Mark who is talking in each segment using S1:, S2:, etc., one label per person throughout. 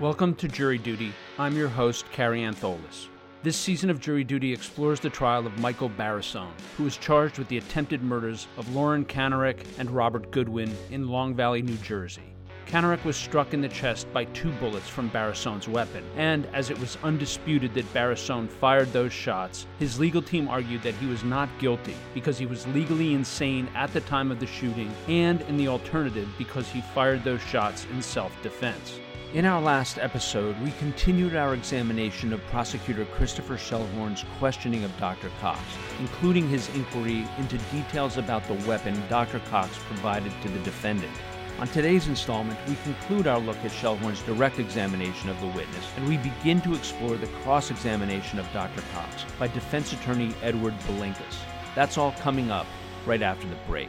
S1: Welcome to Jury Duty. I'm your host, Carrie Antholis. This season of Jury Duty explores the trial of Michael Barisone, who is charged with the attempted murders of Lauren Kanarek and Robert Goodwin in Long Valley, New Jersey. Kanarek was struck in the chest by two bullets from Barisone's weapon, and as it was undisputed that Barisone fired those shots, his legal team argued that he was not guilty because he was legally insane at the time of the shooting, and in the alternative, because he fired those shots in self defense. In our last episode, we continued our examination of prosecutor Christopher Schellhorn's questioning of Dr. Cox, including his inquiry into details about the weapon Dr. Cox provided to the defendant. On today's installment, we conclude our look at Schellhorn's direct examination of the witness, and we begin to explore the cross examination of Dr. Cox by defense attorney Edward Belinkus. That's all coming up right after the break.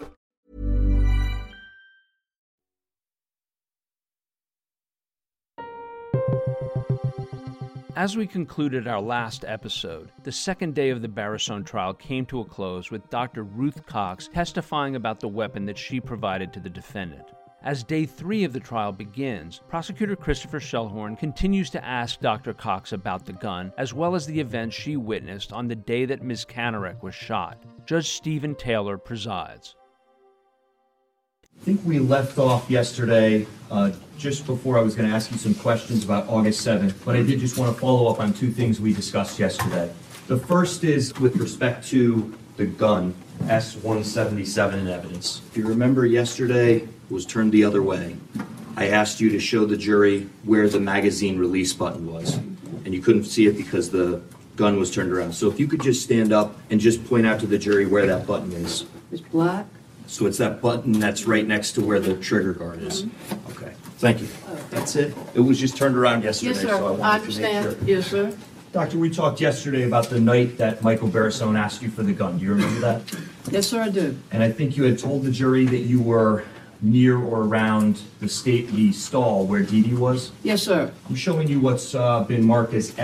S1: As we concluded our last episode, the second day of the Barisone trial came to a close with Dr. Ruth Cox testifying about the weapon that she provided to the defendant. As day three of the trial begins, prosecutor Christopher Schellhorn continues to ask Dr. Cox about the gun, as well as the events she witnessed on the day that Ms. Kanarek was shot. Judge Stephen Taylor presides.
S2: I think we left off yesterday, uh, just before I was going to ask you some questions about August 7th, but I did just want to follow up on two things we discussed yesterday. The first is with respect to the gun, S-177 in evidence. If you remember, yesterday it was turned the other way. I asked you to show the jury where the magazine release button was, and you couldn't see it because the gun was turned around. So if you could just stand up and just point out to the jury where that button is.
S3: Ms. Black,
S2: So it's that button that's right next to where the trigger guard is?
S3: Mm-hmm.
S2: Okay, thank you. That's it? It was just turned around yesterday,
S3: Oh, Yes,
S2: so
S3: sir.
S2: I
S3: I
S2: wanted to make
S3: understand.
S2: sure.
S3: Yes, sir.
S2: Doctor, we talked yesterday about the night that Michael Barisone asked you for the gun. Do you remember that?
S3: Yes, sir, I do.
S2: And I think you had told the jury that you were near or around the state, the stall where Dee Dee was.
S3: Yes, sir.
S2: I'm showing you what's uh, been marked as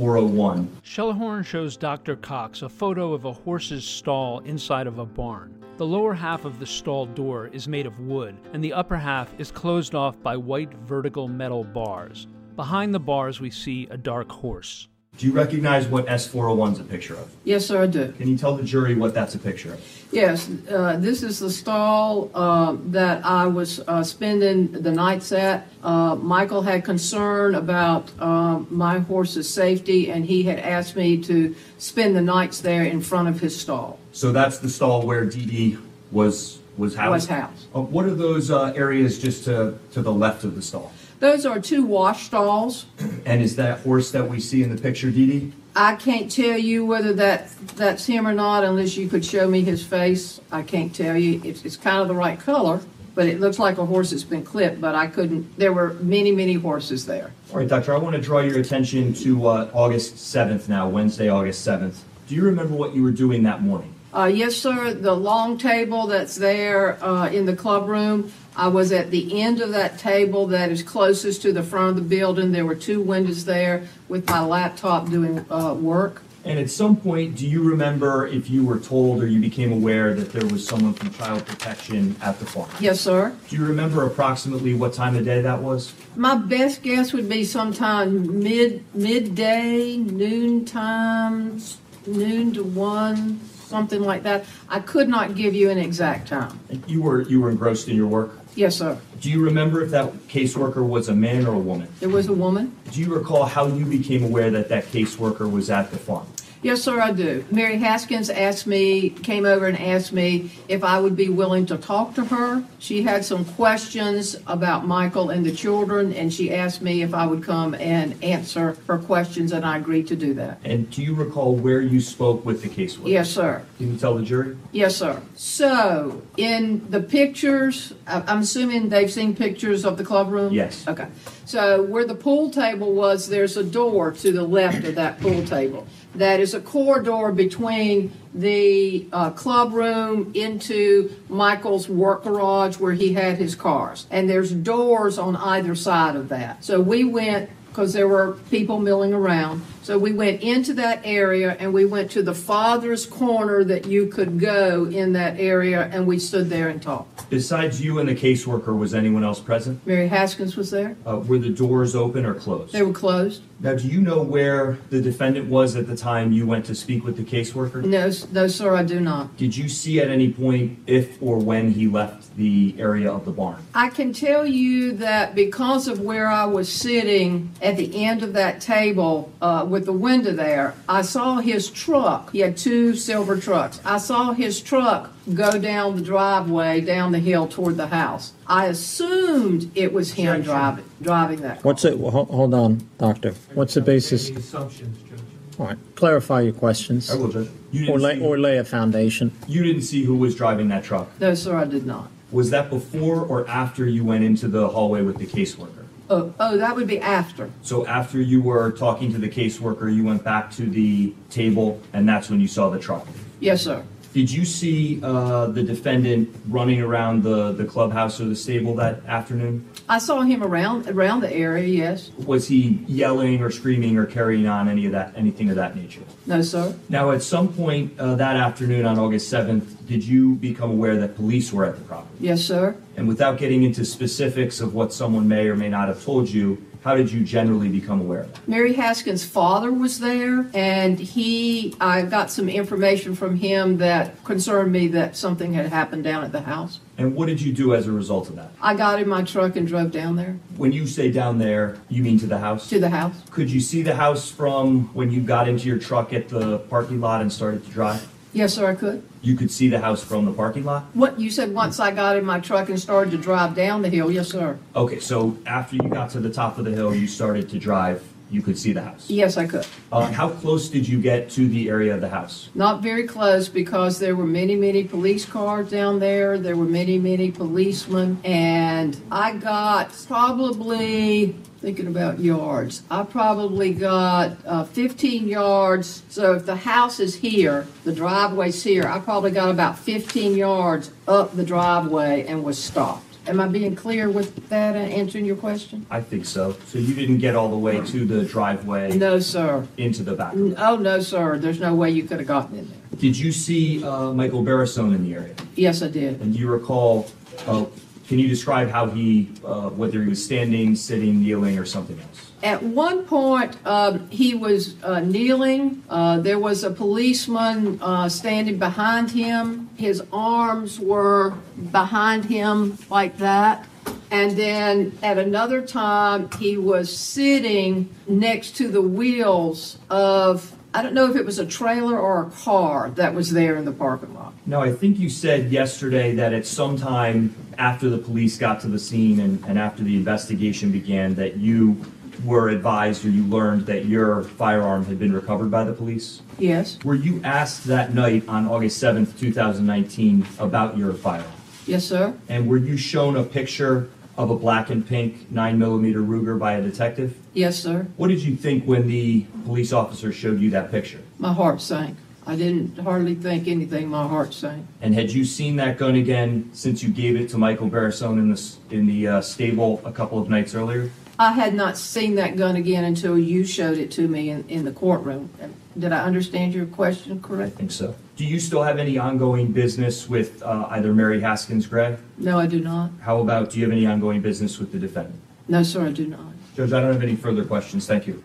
S2: S401.
S1: Schellhorn shows Dr. Cox a photo of a horse's stall inside of a barn. The lower half of the stall door is made of wood, and the upper half is closed off by white vertical metal bars. Behind the bars, we see a dark horse.
S2: Do you recognize what S401's a picture of?
S3: Yes, sir, I do.
S2: Can you tell the jury what that's a picture of?
S3: Yes, uh, this is the stall uh, that I was uh, spending the nights at. Uh, Michael had concern about um, my horse's safety, and he had asked me to spend the nights there in front of his stall.
S2: So that's the stall where Dee Dee was was housed.
S3: Was housed.
S2: Uh, what are those uh, areas just to to the left of the stall?
S3: Those are two wash stalls.
S2: And is that horse that we see in the picture Dee Dee?
S3: I can't tell you whether that that's him or not unless you could show me his face. I can't tell you. It's, it's kind of the right color, but it looks like a horse that's been clipped. But I couldn't. There were many, many horses there.
S2: All right, doctor. I want to draw your attention to uh, August seventh now, Wednesday, August seventh. Do you remember what you were doing that morning?
S3: Uh, yes, sir. The long table that's there uh, in the club room. I was at the end of that table that is closest to the front of the building. There were two windows there with my laptop doing uh, work.
S2: And at some point, do you remember if you were told or you became aware that there was someone from Child Protection at the farm?
S3: Yes, sir.
S2: Do you remember approximately what time of day that was?
S3: My best guess would be sometime mid midday, noon time, noon to one, something like that. I could not give you an exact time.
S2: You were you were engrossed in your work.
S3: Yes, sir.
S2: Do you remember if that caseworker was a man or a woman?
S3: There was a woman.
S2: Do you recall how you became aware that that caseworker was at the farm?
S3: Yes, sir, I do. Mary Haskins asked me, came over and asked me if I would be willing to talk to her. She had some questions about Michael and the children, and she asked me if I would come and answer her questions, and I agreed to do that.
S2: And do you recall where you spoke with the caseworker?
S3: Yes, sir.
S2: Can you tell the jury?
S3: Yes, sir. So, in the pictures, I- I'm assuming they've seen pictures of the clubroom?
S2: Yes.
S3: Okay. So, where the pool table was, there's a door to the left of that pool table. That is a corridor between the uh, clubroom into Michael's work garage where he had his cars. And there's doors on either side of that. So, we went because there were people milling around. So we went into that area and we went to the farthest corner that you could go in that area and we stood there and talked.
S2: Besides you and the caseworker, was anyone else present?
S3: Mary Haskins was there.
S2: Uh, were the doors open or closed?
S3: They were closed.
S2: Now, do you know where the defendant was at the time you went to speak with the caseworker?
S3: No, s- no, sir, I do not.
S2: Did you see at any point if or when he left the area of the barn?
S3: I can tell you that because of where I was sitting at the end of that table uh, with the window there, I saw his truck. He had two silver trucks. I saw his truck go down the driveway, down the hill toward the house. I assumed it was him driving driving that.
S4: What's it, ho- hold on, doctor. What's the basis?
S5: Assumptions, Judge.
S4: All right, clarify your questions.
S2: I will, Judge. You didn't,
S4: Or lay,
S2: see,
S4: or lay a foundation.
S2: you didn't see who was driving that truck.
S3: No, sir, I did not.
S2: Was that before or after you went into the hallway with the caseworker?
S3: Oh, oh, that would be after.
S2: So after you were talking to the caseworker, you went back to the table, and that's when you saw the truck.
S3: Yes, sir.
S2: Did you see uh, the defendant running around the, the clubhouse or the stable that afternoon?
S3: I saw him around around the area. Yes.
S2: Was he yelling or screaming or carrying on any of that anything of that nature?
S3: No, sir.
S2: Now, at some point uh, that afternoon on August seventh, did you become aware that police were at the property?
S3: Yes, sir.
S2: And without getting into specifics of what someone may or may not have told you, how did you generally become aware of that?
S3: Mary Haskins' father was there, and he, I got some information from him that concerned me that something had happened down at the house.
S2: And what did you do as a result of that?
S3: I got in my truck and drove down there
S2: When you say down there, you mean to the house?
S3: to the house.
S2: Could you see the house from when you got into your truck at the parking lot and started to drive?
S3: Yes, sir, I could.
S2: You could see the house from the parking lot?
S3: What you said once I got in my truck and started to drive down the hill. Yes, sir.
S2: Okay, so after you got to the top of the hill, you started to drive, you could see the house.
S3: Yes, I could.
S2: Uh, how close did you get to the area of the house?
S3: Not very close because there were many, many police cars down there. There were many, many policemen. And I got probably, thinking about yards, I probably got uh, 15 yards. So if the house is here, the driveway's here, I probably got about 15 yards up the driveway and was stopped. Am I being clear with that and answering your question?
S2: I think so. So you didn't get all the way to the driveway
S3: No, sir.
S2: into the back.
S3: Oh, no, sir. There's no way you could have gotten in there.
S2: Did you see uh, Michael Barrison in the area?
S3: Yes, I did.
S2: And do you recall, uh, can you describe how he, uh, whether he was standing, sitting, kneeling, or something else?
S3: At one point, um, he was uh, kneeling. Uh, there was a policeman uh, standing behind him. His arms were behind him like that. And then at another time, he was sitting next to the wheels of, I don't know if it was a trailer or a car that was there in the parking lot.
S2: Now, I think you said yesterday that at some time after the police got to the scene and, and after the investigation began, that you were advised or you learned that your firearm had been recovered by the police.
S3: Yes,
S2: Were you asked that night on August 7th, 2019, about your firearm?
S3: yes, sir.
S2: And were you shown a picture of a black and pink 9mm Ruger by a detective?
S3: Yes, sir.
S2: What did you think when the police officer showed you that picture?
S3: My heart sank. I didn't hardly think anything. My heart sank.
S2: And had you seen that gun again since you gave it to Michael Barrison in the s- in the uh, stable a couple of nights earlier?
S3: I had not seen that gun again until you showed it to me in, in the courtroom. Did I understand your question
S2: I
S3: correctly?
S2: think so. Do you still have any ongoing business with uh, either Mary Haskins Gray?
S3: No, I do not.
S2: How about do you have any ongoing business with the defendant?
S3: No, sir, I do not.
S2: Judge, I don't have any further questions. Thank you.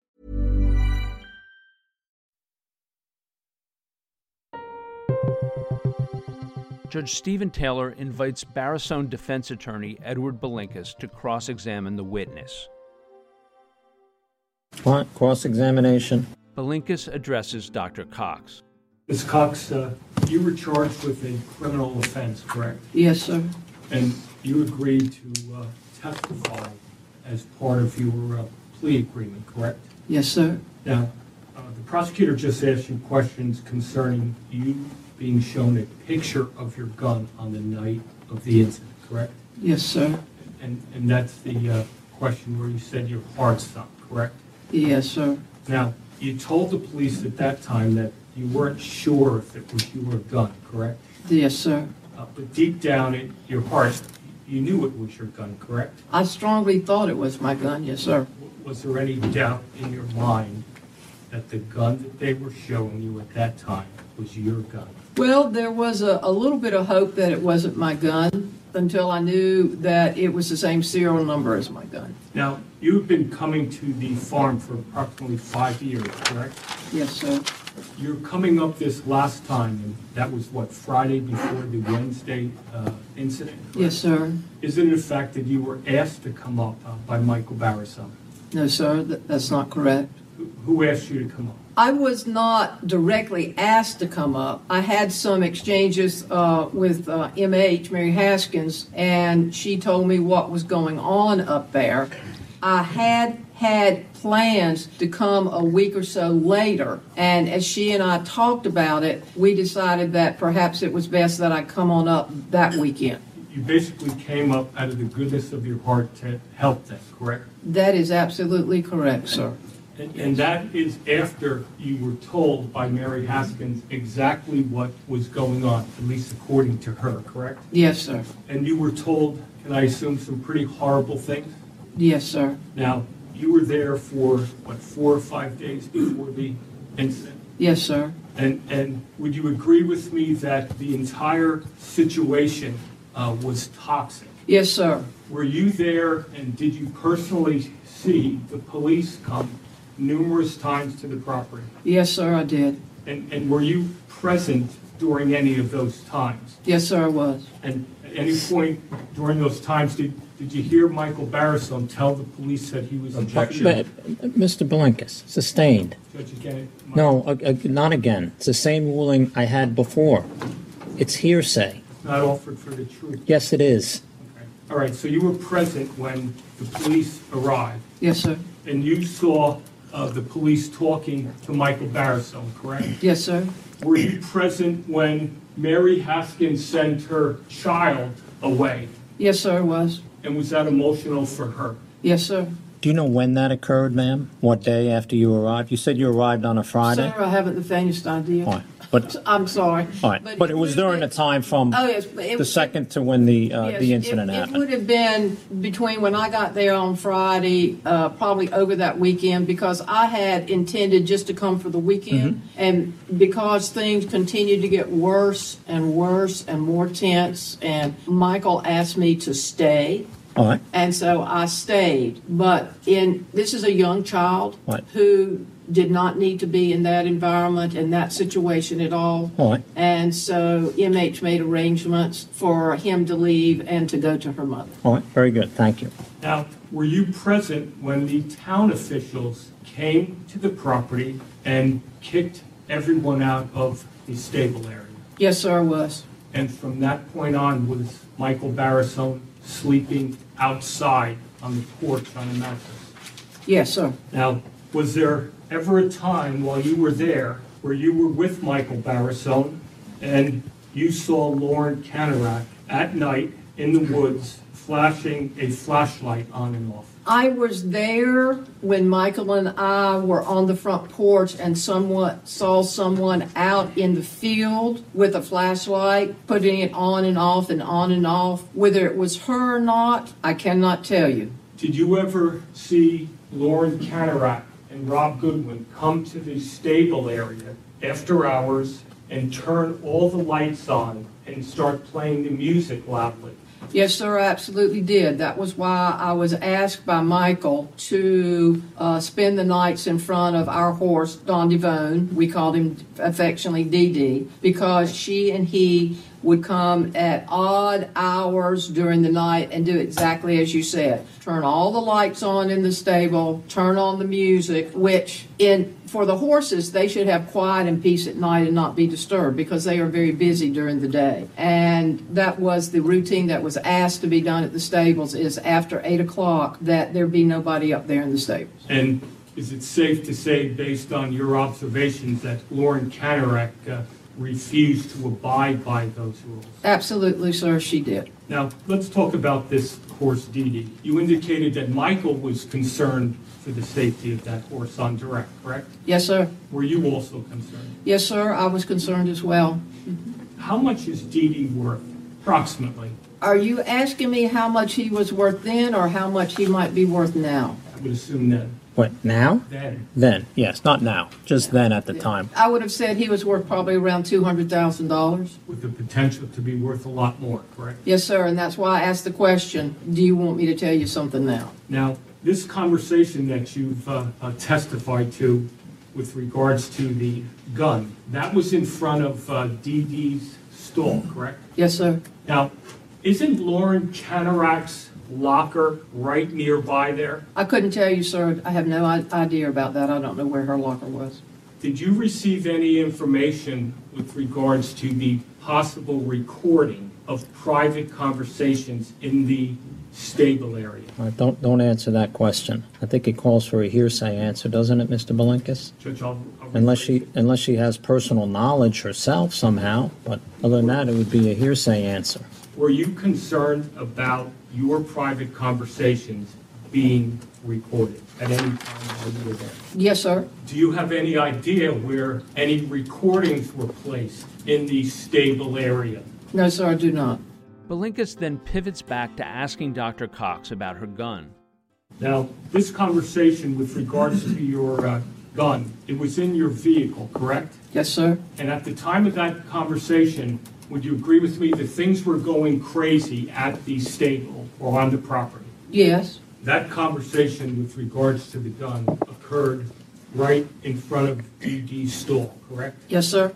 S1: Judge Stephen Taylor invites Barrisone defense attorney Edward Belinkus to cross examine the witness.
S4: Blunt, cross-examination.
S1: Belinkus addresses Dr. Cox.
S5: Ms. Cox, uh, you were charged with a criminal offense, correct?
S3: Yes, sir.
S5: And you agreed to uh, testify as part of your uh, plea agreement, correct?
S3: Yes, sir.
S5: Now, uh, the prosecutor just asked you questions concerning you being shown a picture of your gun on the night of the incident, correct?
S3: Yes, sir.
S5: And, and that's the uh, question where you said your heart stopped, correct?
S3: Yes, sir.
S5: Now, you told the police at that time that you weren't sure if it was your gun, correct?
S3: Yes, sir.
S5: Uh, But deep down in your heart, you knew it was your gun, correct?
S3: I strongly thought it was my gun. Yes, sir.
S5: Was there any doubt in your mind that the gun that they were showing you at that time was your gun?
S3: Well, there was a, a little bit of hope that it wasn't my gun until I knew that it was the same serial number as my gun.
S5: Now, you've been coming to the farm for approximately five years, correct?
S3: Yes, sir.
S5: You're coming up this last time, and that was what, Friday before the Wednesday uh, incident? correct?
S3: Yes, sir.
S5: Is it a fact that you were asked to come up uh, by Michael Barrison?
S3: No, sir. That, that's not correct.
S5: Who- Who asked you to come up?
S3: I was not directly asked to come up. I had some exchanges uh, with uh, MH, Mary Haskins, and she told me what was going on up there. I had had plans to come a week or so later, and as she and I talked about it, we decided that perhaps it was best that I come on up that weekend.
S5: You basically came up out of the goodness of your heart to help them, correct?
S3: That is absolutely correct, sir.
S5: And, and that is after you were told by Mary Haskins exactly what was going on, at least according to her, correct?
S3: Yes, sir.
S5: And you were told, and I assume, some pretty horrible things?
S3: Yes, sir.
S5: Now, you were there for, what, four or five days before the incident?
S3: Yes, sir.
S5: And, and would you agree with me that the entire situation uh, was toxic?
S3: Yes, sir.
S5: Were you there and did you personally see the police come numerous times to the property?
S3: Yes, sir, I did.
S5: And, and were you present during any of those times?
S3: Yes, sir, I was.
S5: And at any point during those times, did, did you hear Michael Barrison tell the police that he was
S4: But-
S5: objecting?
S4: but, uh, Mr. Belinkus, sustained.
S5: Judge, again, my-
S4: No, uh, uh, not again. It's the same ruling I had before. It's hearsay.
S5: Not offered for the truth.
S4: Yes, it is.
S5: Okay. All right, so you were present when the police arrived?
S3: Yes, sir.
S5: And you saw uh, the police talking to Michael Barrison, correct?
S3: Yes, sir.
S5: Were you present when Mary Haskins sent her child away?
S3: Yes, sir, I was.
S5: And was that emotional for her?
S3: Yes, sir.
S4: Do you know when that occurred, ma'am? What day after you arrived? You said you arrived on a Friday?
S3: Sir, I haven't the faintest idea.
S4: All right, but,
S3: I'm sorry.
S4: all right, but it was during the time from
S3: Oh, yes, but it
S4: the
S3: was-
S4: second to when the, uh,
S3: Yes,
S4: the
S3: it-
S4: incident
S3: It would
S4: happened.
S3: have been between when I got there on Friday, uh, probably over that weekend, because I had intended just to come for the weekend.
S4: Mm-hmm.
S3: And because things continued to get worse and worse and more tense, and Michael asked me to stay.
S4: All right,
S3: And so I stayed. But in this is a young child
S4: Right.
S3: who did not need to be in that environment and that situation at all.
S4: Right.
S3: And so MH made arrangements for him to leave and to go to her mother.
S4: all right, very good, thank you.
S5: Now, were you present when the town officials came to the property and kicked everyone out of the stable area?
S3: Yes, sir, I was.
S5: And from that point on, was Michael Barrison sleeping outside on the porch on a mattress?
S3: Yes, sir.
S5: Now, was there ever a time while you were there where you were with Michael Barrison and you saw Lauren Canarak at night in the woods flashing a flashlight on and off?
S3: I was there when Michael and I were on the front porch and someone saw someone out in the field with a flashlight, putting it on and off and on and off. Whether it was her or not, I cannot tell you.
S5: Did you ever see Lauren Canarac and Rob Goodwin come to the stable area after hours and turn all the lights on and start playing the music loudly?
S3: Yes, sir, I absolutely did. That was why I was asked by Michael to uh, spend the nights in front of our horse, Don Devone. We called him affectionately Dee Dee, because she and he would come at odd hours during the night and do exactly as you said turn all the lights on in the stable, turn on the music, which in for the horses, they should have quiet and peace at night and not be disturbed because they are very busy during the day. And that was the routine that was asked to be done at the stables is after eight o'clock that there be nobody up there in the stables.
S5: And is it safe to say, based on your observations, that Lauren Canarac uh, refused to abide by those rules?
S3: Absolutely, sir, she did.
S5: Now, let's talk about this horse, Dee Dee. You indicated that Michael was concerned for the safety of that horse on direct, correct?
S3: Yes, sir.
S5: Were you also concerned?
S3: Yes, sir, I was concerned as well.
S5: How much is Dee Dee worth, approximately?
S3: Are you asking me how much he was worth then or how much he might be worth now?
S5: I would assume that
S4: What, now?
S5: then.
S4: Then, yes, not now. Just then at the time.
S3: I would have said he was worth probably around $200,000.
S5: with the potential to be worth a lot more, correct?
S3: Yes, sir, and that's why I asked the question do you want me to tell you something now?
S5: Now, this conversation that you've uh, uh, testified to with regards to the gun, that was in front of uh, Dee Dee's stall, correct?
S3: Yes, sir.
S5: Now, isn't Lauren Canarac's locker right nearby there?
S3: I couldn't tell you, sir. I have no i- idea about that. I don't know where her locker was.
S5: Did you receive any information with regards to the possible recording of private conversations in the stable area?
S4: All right, don't, don't answer that question. I think it calls for a hearsay answer, doesn't it, Mr. Belinkus?
S5: Judge, I'll- I'll-
S4: Unless she, unless she has personal knowledge herself somehow, but other than that, it would be a hearsay answer.
S5: Were you concerned about your private conversations being recorded at any time while you were there?
S3: Yes, sir.
S5: Do you have any idea where any recordings were placed in the stable area?
S3: No, sir, I do not.
S1: Belinkus then pivots back to asking Dr. Cox about her gun.
S5: Now, this conversation with regards to your uh, gun, it was in your vehicle, correct?
S3: Yes, sir.
S5: And at the time of that conversation, would you agree with me that things were going crazy at the stable or on the property?
S3: Yes.
S5: That conversation with regards to the gun occurred right in front of Dee Dee's stall, correct?
S3: Yes, sir.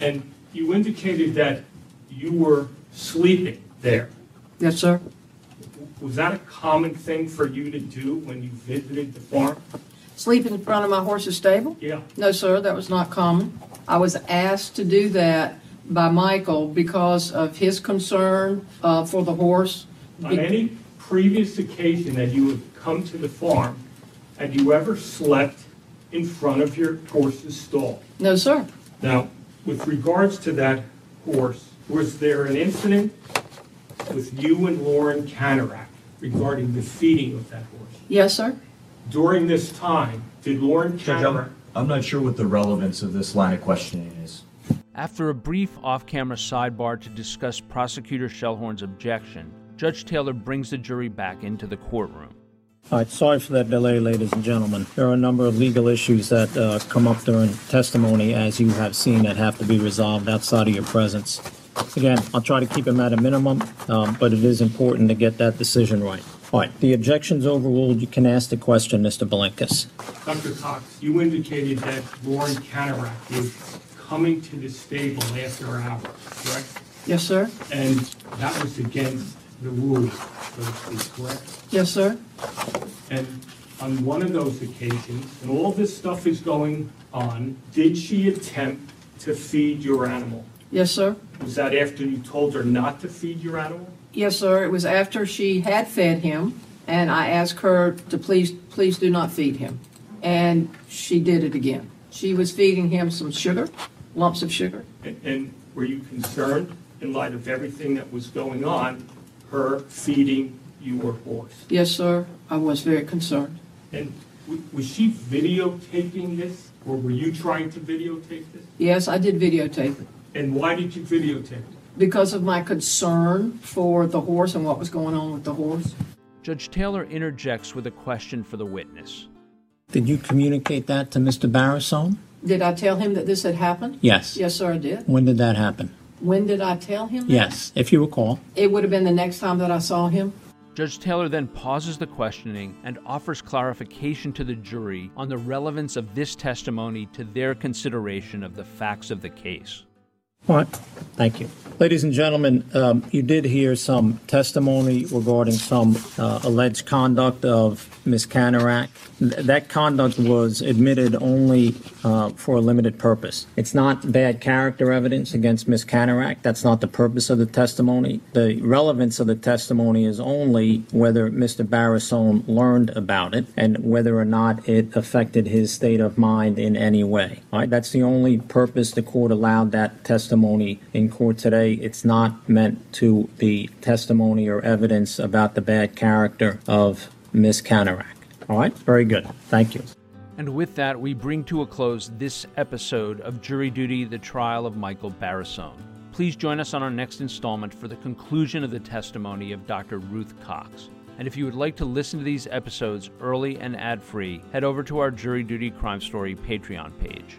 S5: And you indicated that you were sleeping there.
S3: Yes, sir.
S5: Was that a common thing for you to do when you visited the farm?
S3: Sleep in front of my horse's stable?
S5: Yeah.
S3: No, sir, that was not common. I was asked to do that by Michael because of his concern uh, for the horse.
S5: On any previous occasion that you have come to the farm, had you ever slept in front of your horse's stall?
S3: No, sir.
S5: Now, with regards to that horse, was there an incident with you and Lauren Canarac regarding the feeding of that horse?
S3: Yes, sir.
S5: During this time, did Lauren
S2: Judge,
S5: Canarac,
S2: I'm, I'm not sure what the relevance of this line of questioning is.
S1: After a brief off camera sidebar to discuss Prosecutor Shellhorn's objection, Judge Taylor brings the jury back into the courtroom.
S4: All right, sorry for that delay, ladies and gentlemen. There are a number of legal issues that uh, come up during testimony, as you have seen, that have to be resolved outside of your presence. Again, I'll try to keep them at a minimum, um, but it is important to get that decision right. All right, the objection's overruled. You can ask the question, Mr. Belinkus.
S5: Dr. Cox, you indicated that Lauren Canarac was coming to the stable after hours, correct?
S3: Yes, sir.
S5: And that was against the rules, so to speak, correct?
S3: Yes, sir.
S5: And on one of those occasions, and all this stuff is going on, did she attempt to feed your animal?
S3: Yes, sir.
S5: Was that after you told her not to feed your animal?
S3: Yes, sir. It was after she had fed him, and I asked her to please, please do not feed him. And she did it again. She was feeding him some sugar, lumps of sugar.
S5: And- And were you concerned, in light of everything that was going on, her feeding you were hoarse?
S3: Yes, sir, I was very concerned.
S5: And w- was she videotaping this, or were you trying to videotape this?
S3: Yes, I did videotape it
S5: And why did you videotape it?
S3: because of my concern for the horse and what was going on with the horse.
S1: Judge Taylor interjects with a question for the witness.
S4: Did you communicate that to Mr. Barrisone?
S3: Did I tell him that this had happened?
S4: Yes.
S3: Yes, sir, I did.
S4: When did that happen?
S3: When did I tell him? that?
S4: Yes, if you recall.
S3: It would have been the next time that I saw him.
S1: Judge Taylor then pauses the questioning and offers clarification to the jury on the relevance of this testimony to their consideration of the facts of the case.
S4: All right, thank you. Ladies and gentlemen, um, you did hear some testimony regarding some uh, alleged conduct of Ms. Canarak. Th- That conduct was admitted only uh, for a limited purpose. It's not bad character evidence against Ms. Canarak. That's not the purpose of the testimony. The relevance of the testimony is only whether Mr. Barrisone learned about it and whether or not it affected his state of mind in any way. All right, that's the only purpose the court allowed that testimony in court today. It's not meant to be testimony or evidence about the bad character of Ms. Canarak. All right, very good. Thank you.
S1: And with that, we bring to a close this episode of Jury Duty The Trial of Michael Barrisone. Please join us on our next installment for the conclusion of the testimony of Dr. Ruth Cox. And if you would like to listen to these episodes early and ad free, head over to our Jury Duty Crime Story Patreon page.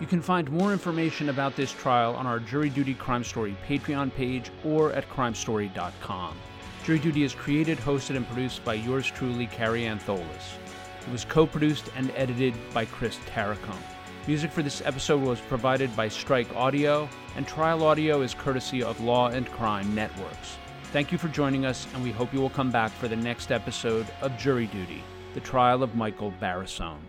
S1: You can find more information about this trial on our Jury Duty Crime Story Patreon page or at crimestory.com. Jury Duty is created, hosted, and produced by yours truly, Carrie Antholis. It was co produced and edited by Chris Tarracombe. Music for this episode was provided by Strike Audio, and trial audio is courtesy of Law and Crime Networks. Thank you for joining us, and we hope you will come back for the next episode of Jury Duty The Trial of Michael Barrisone.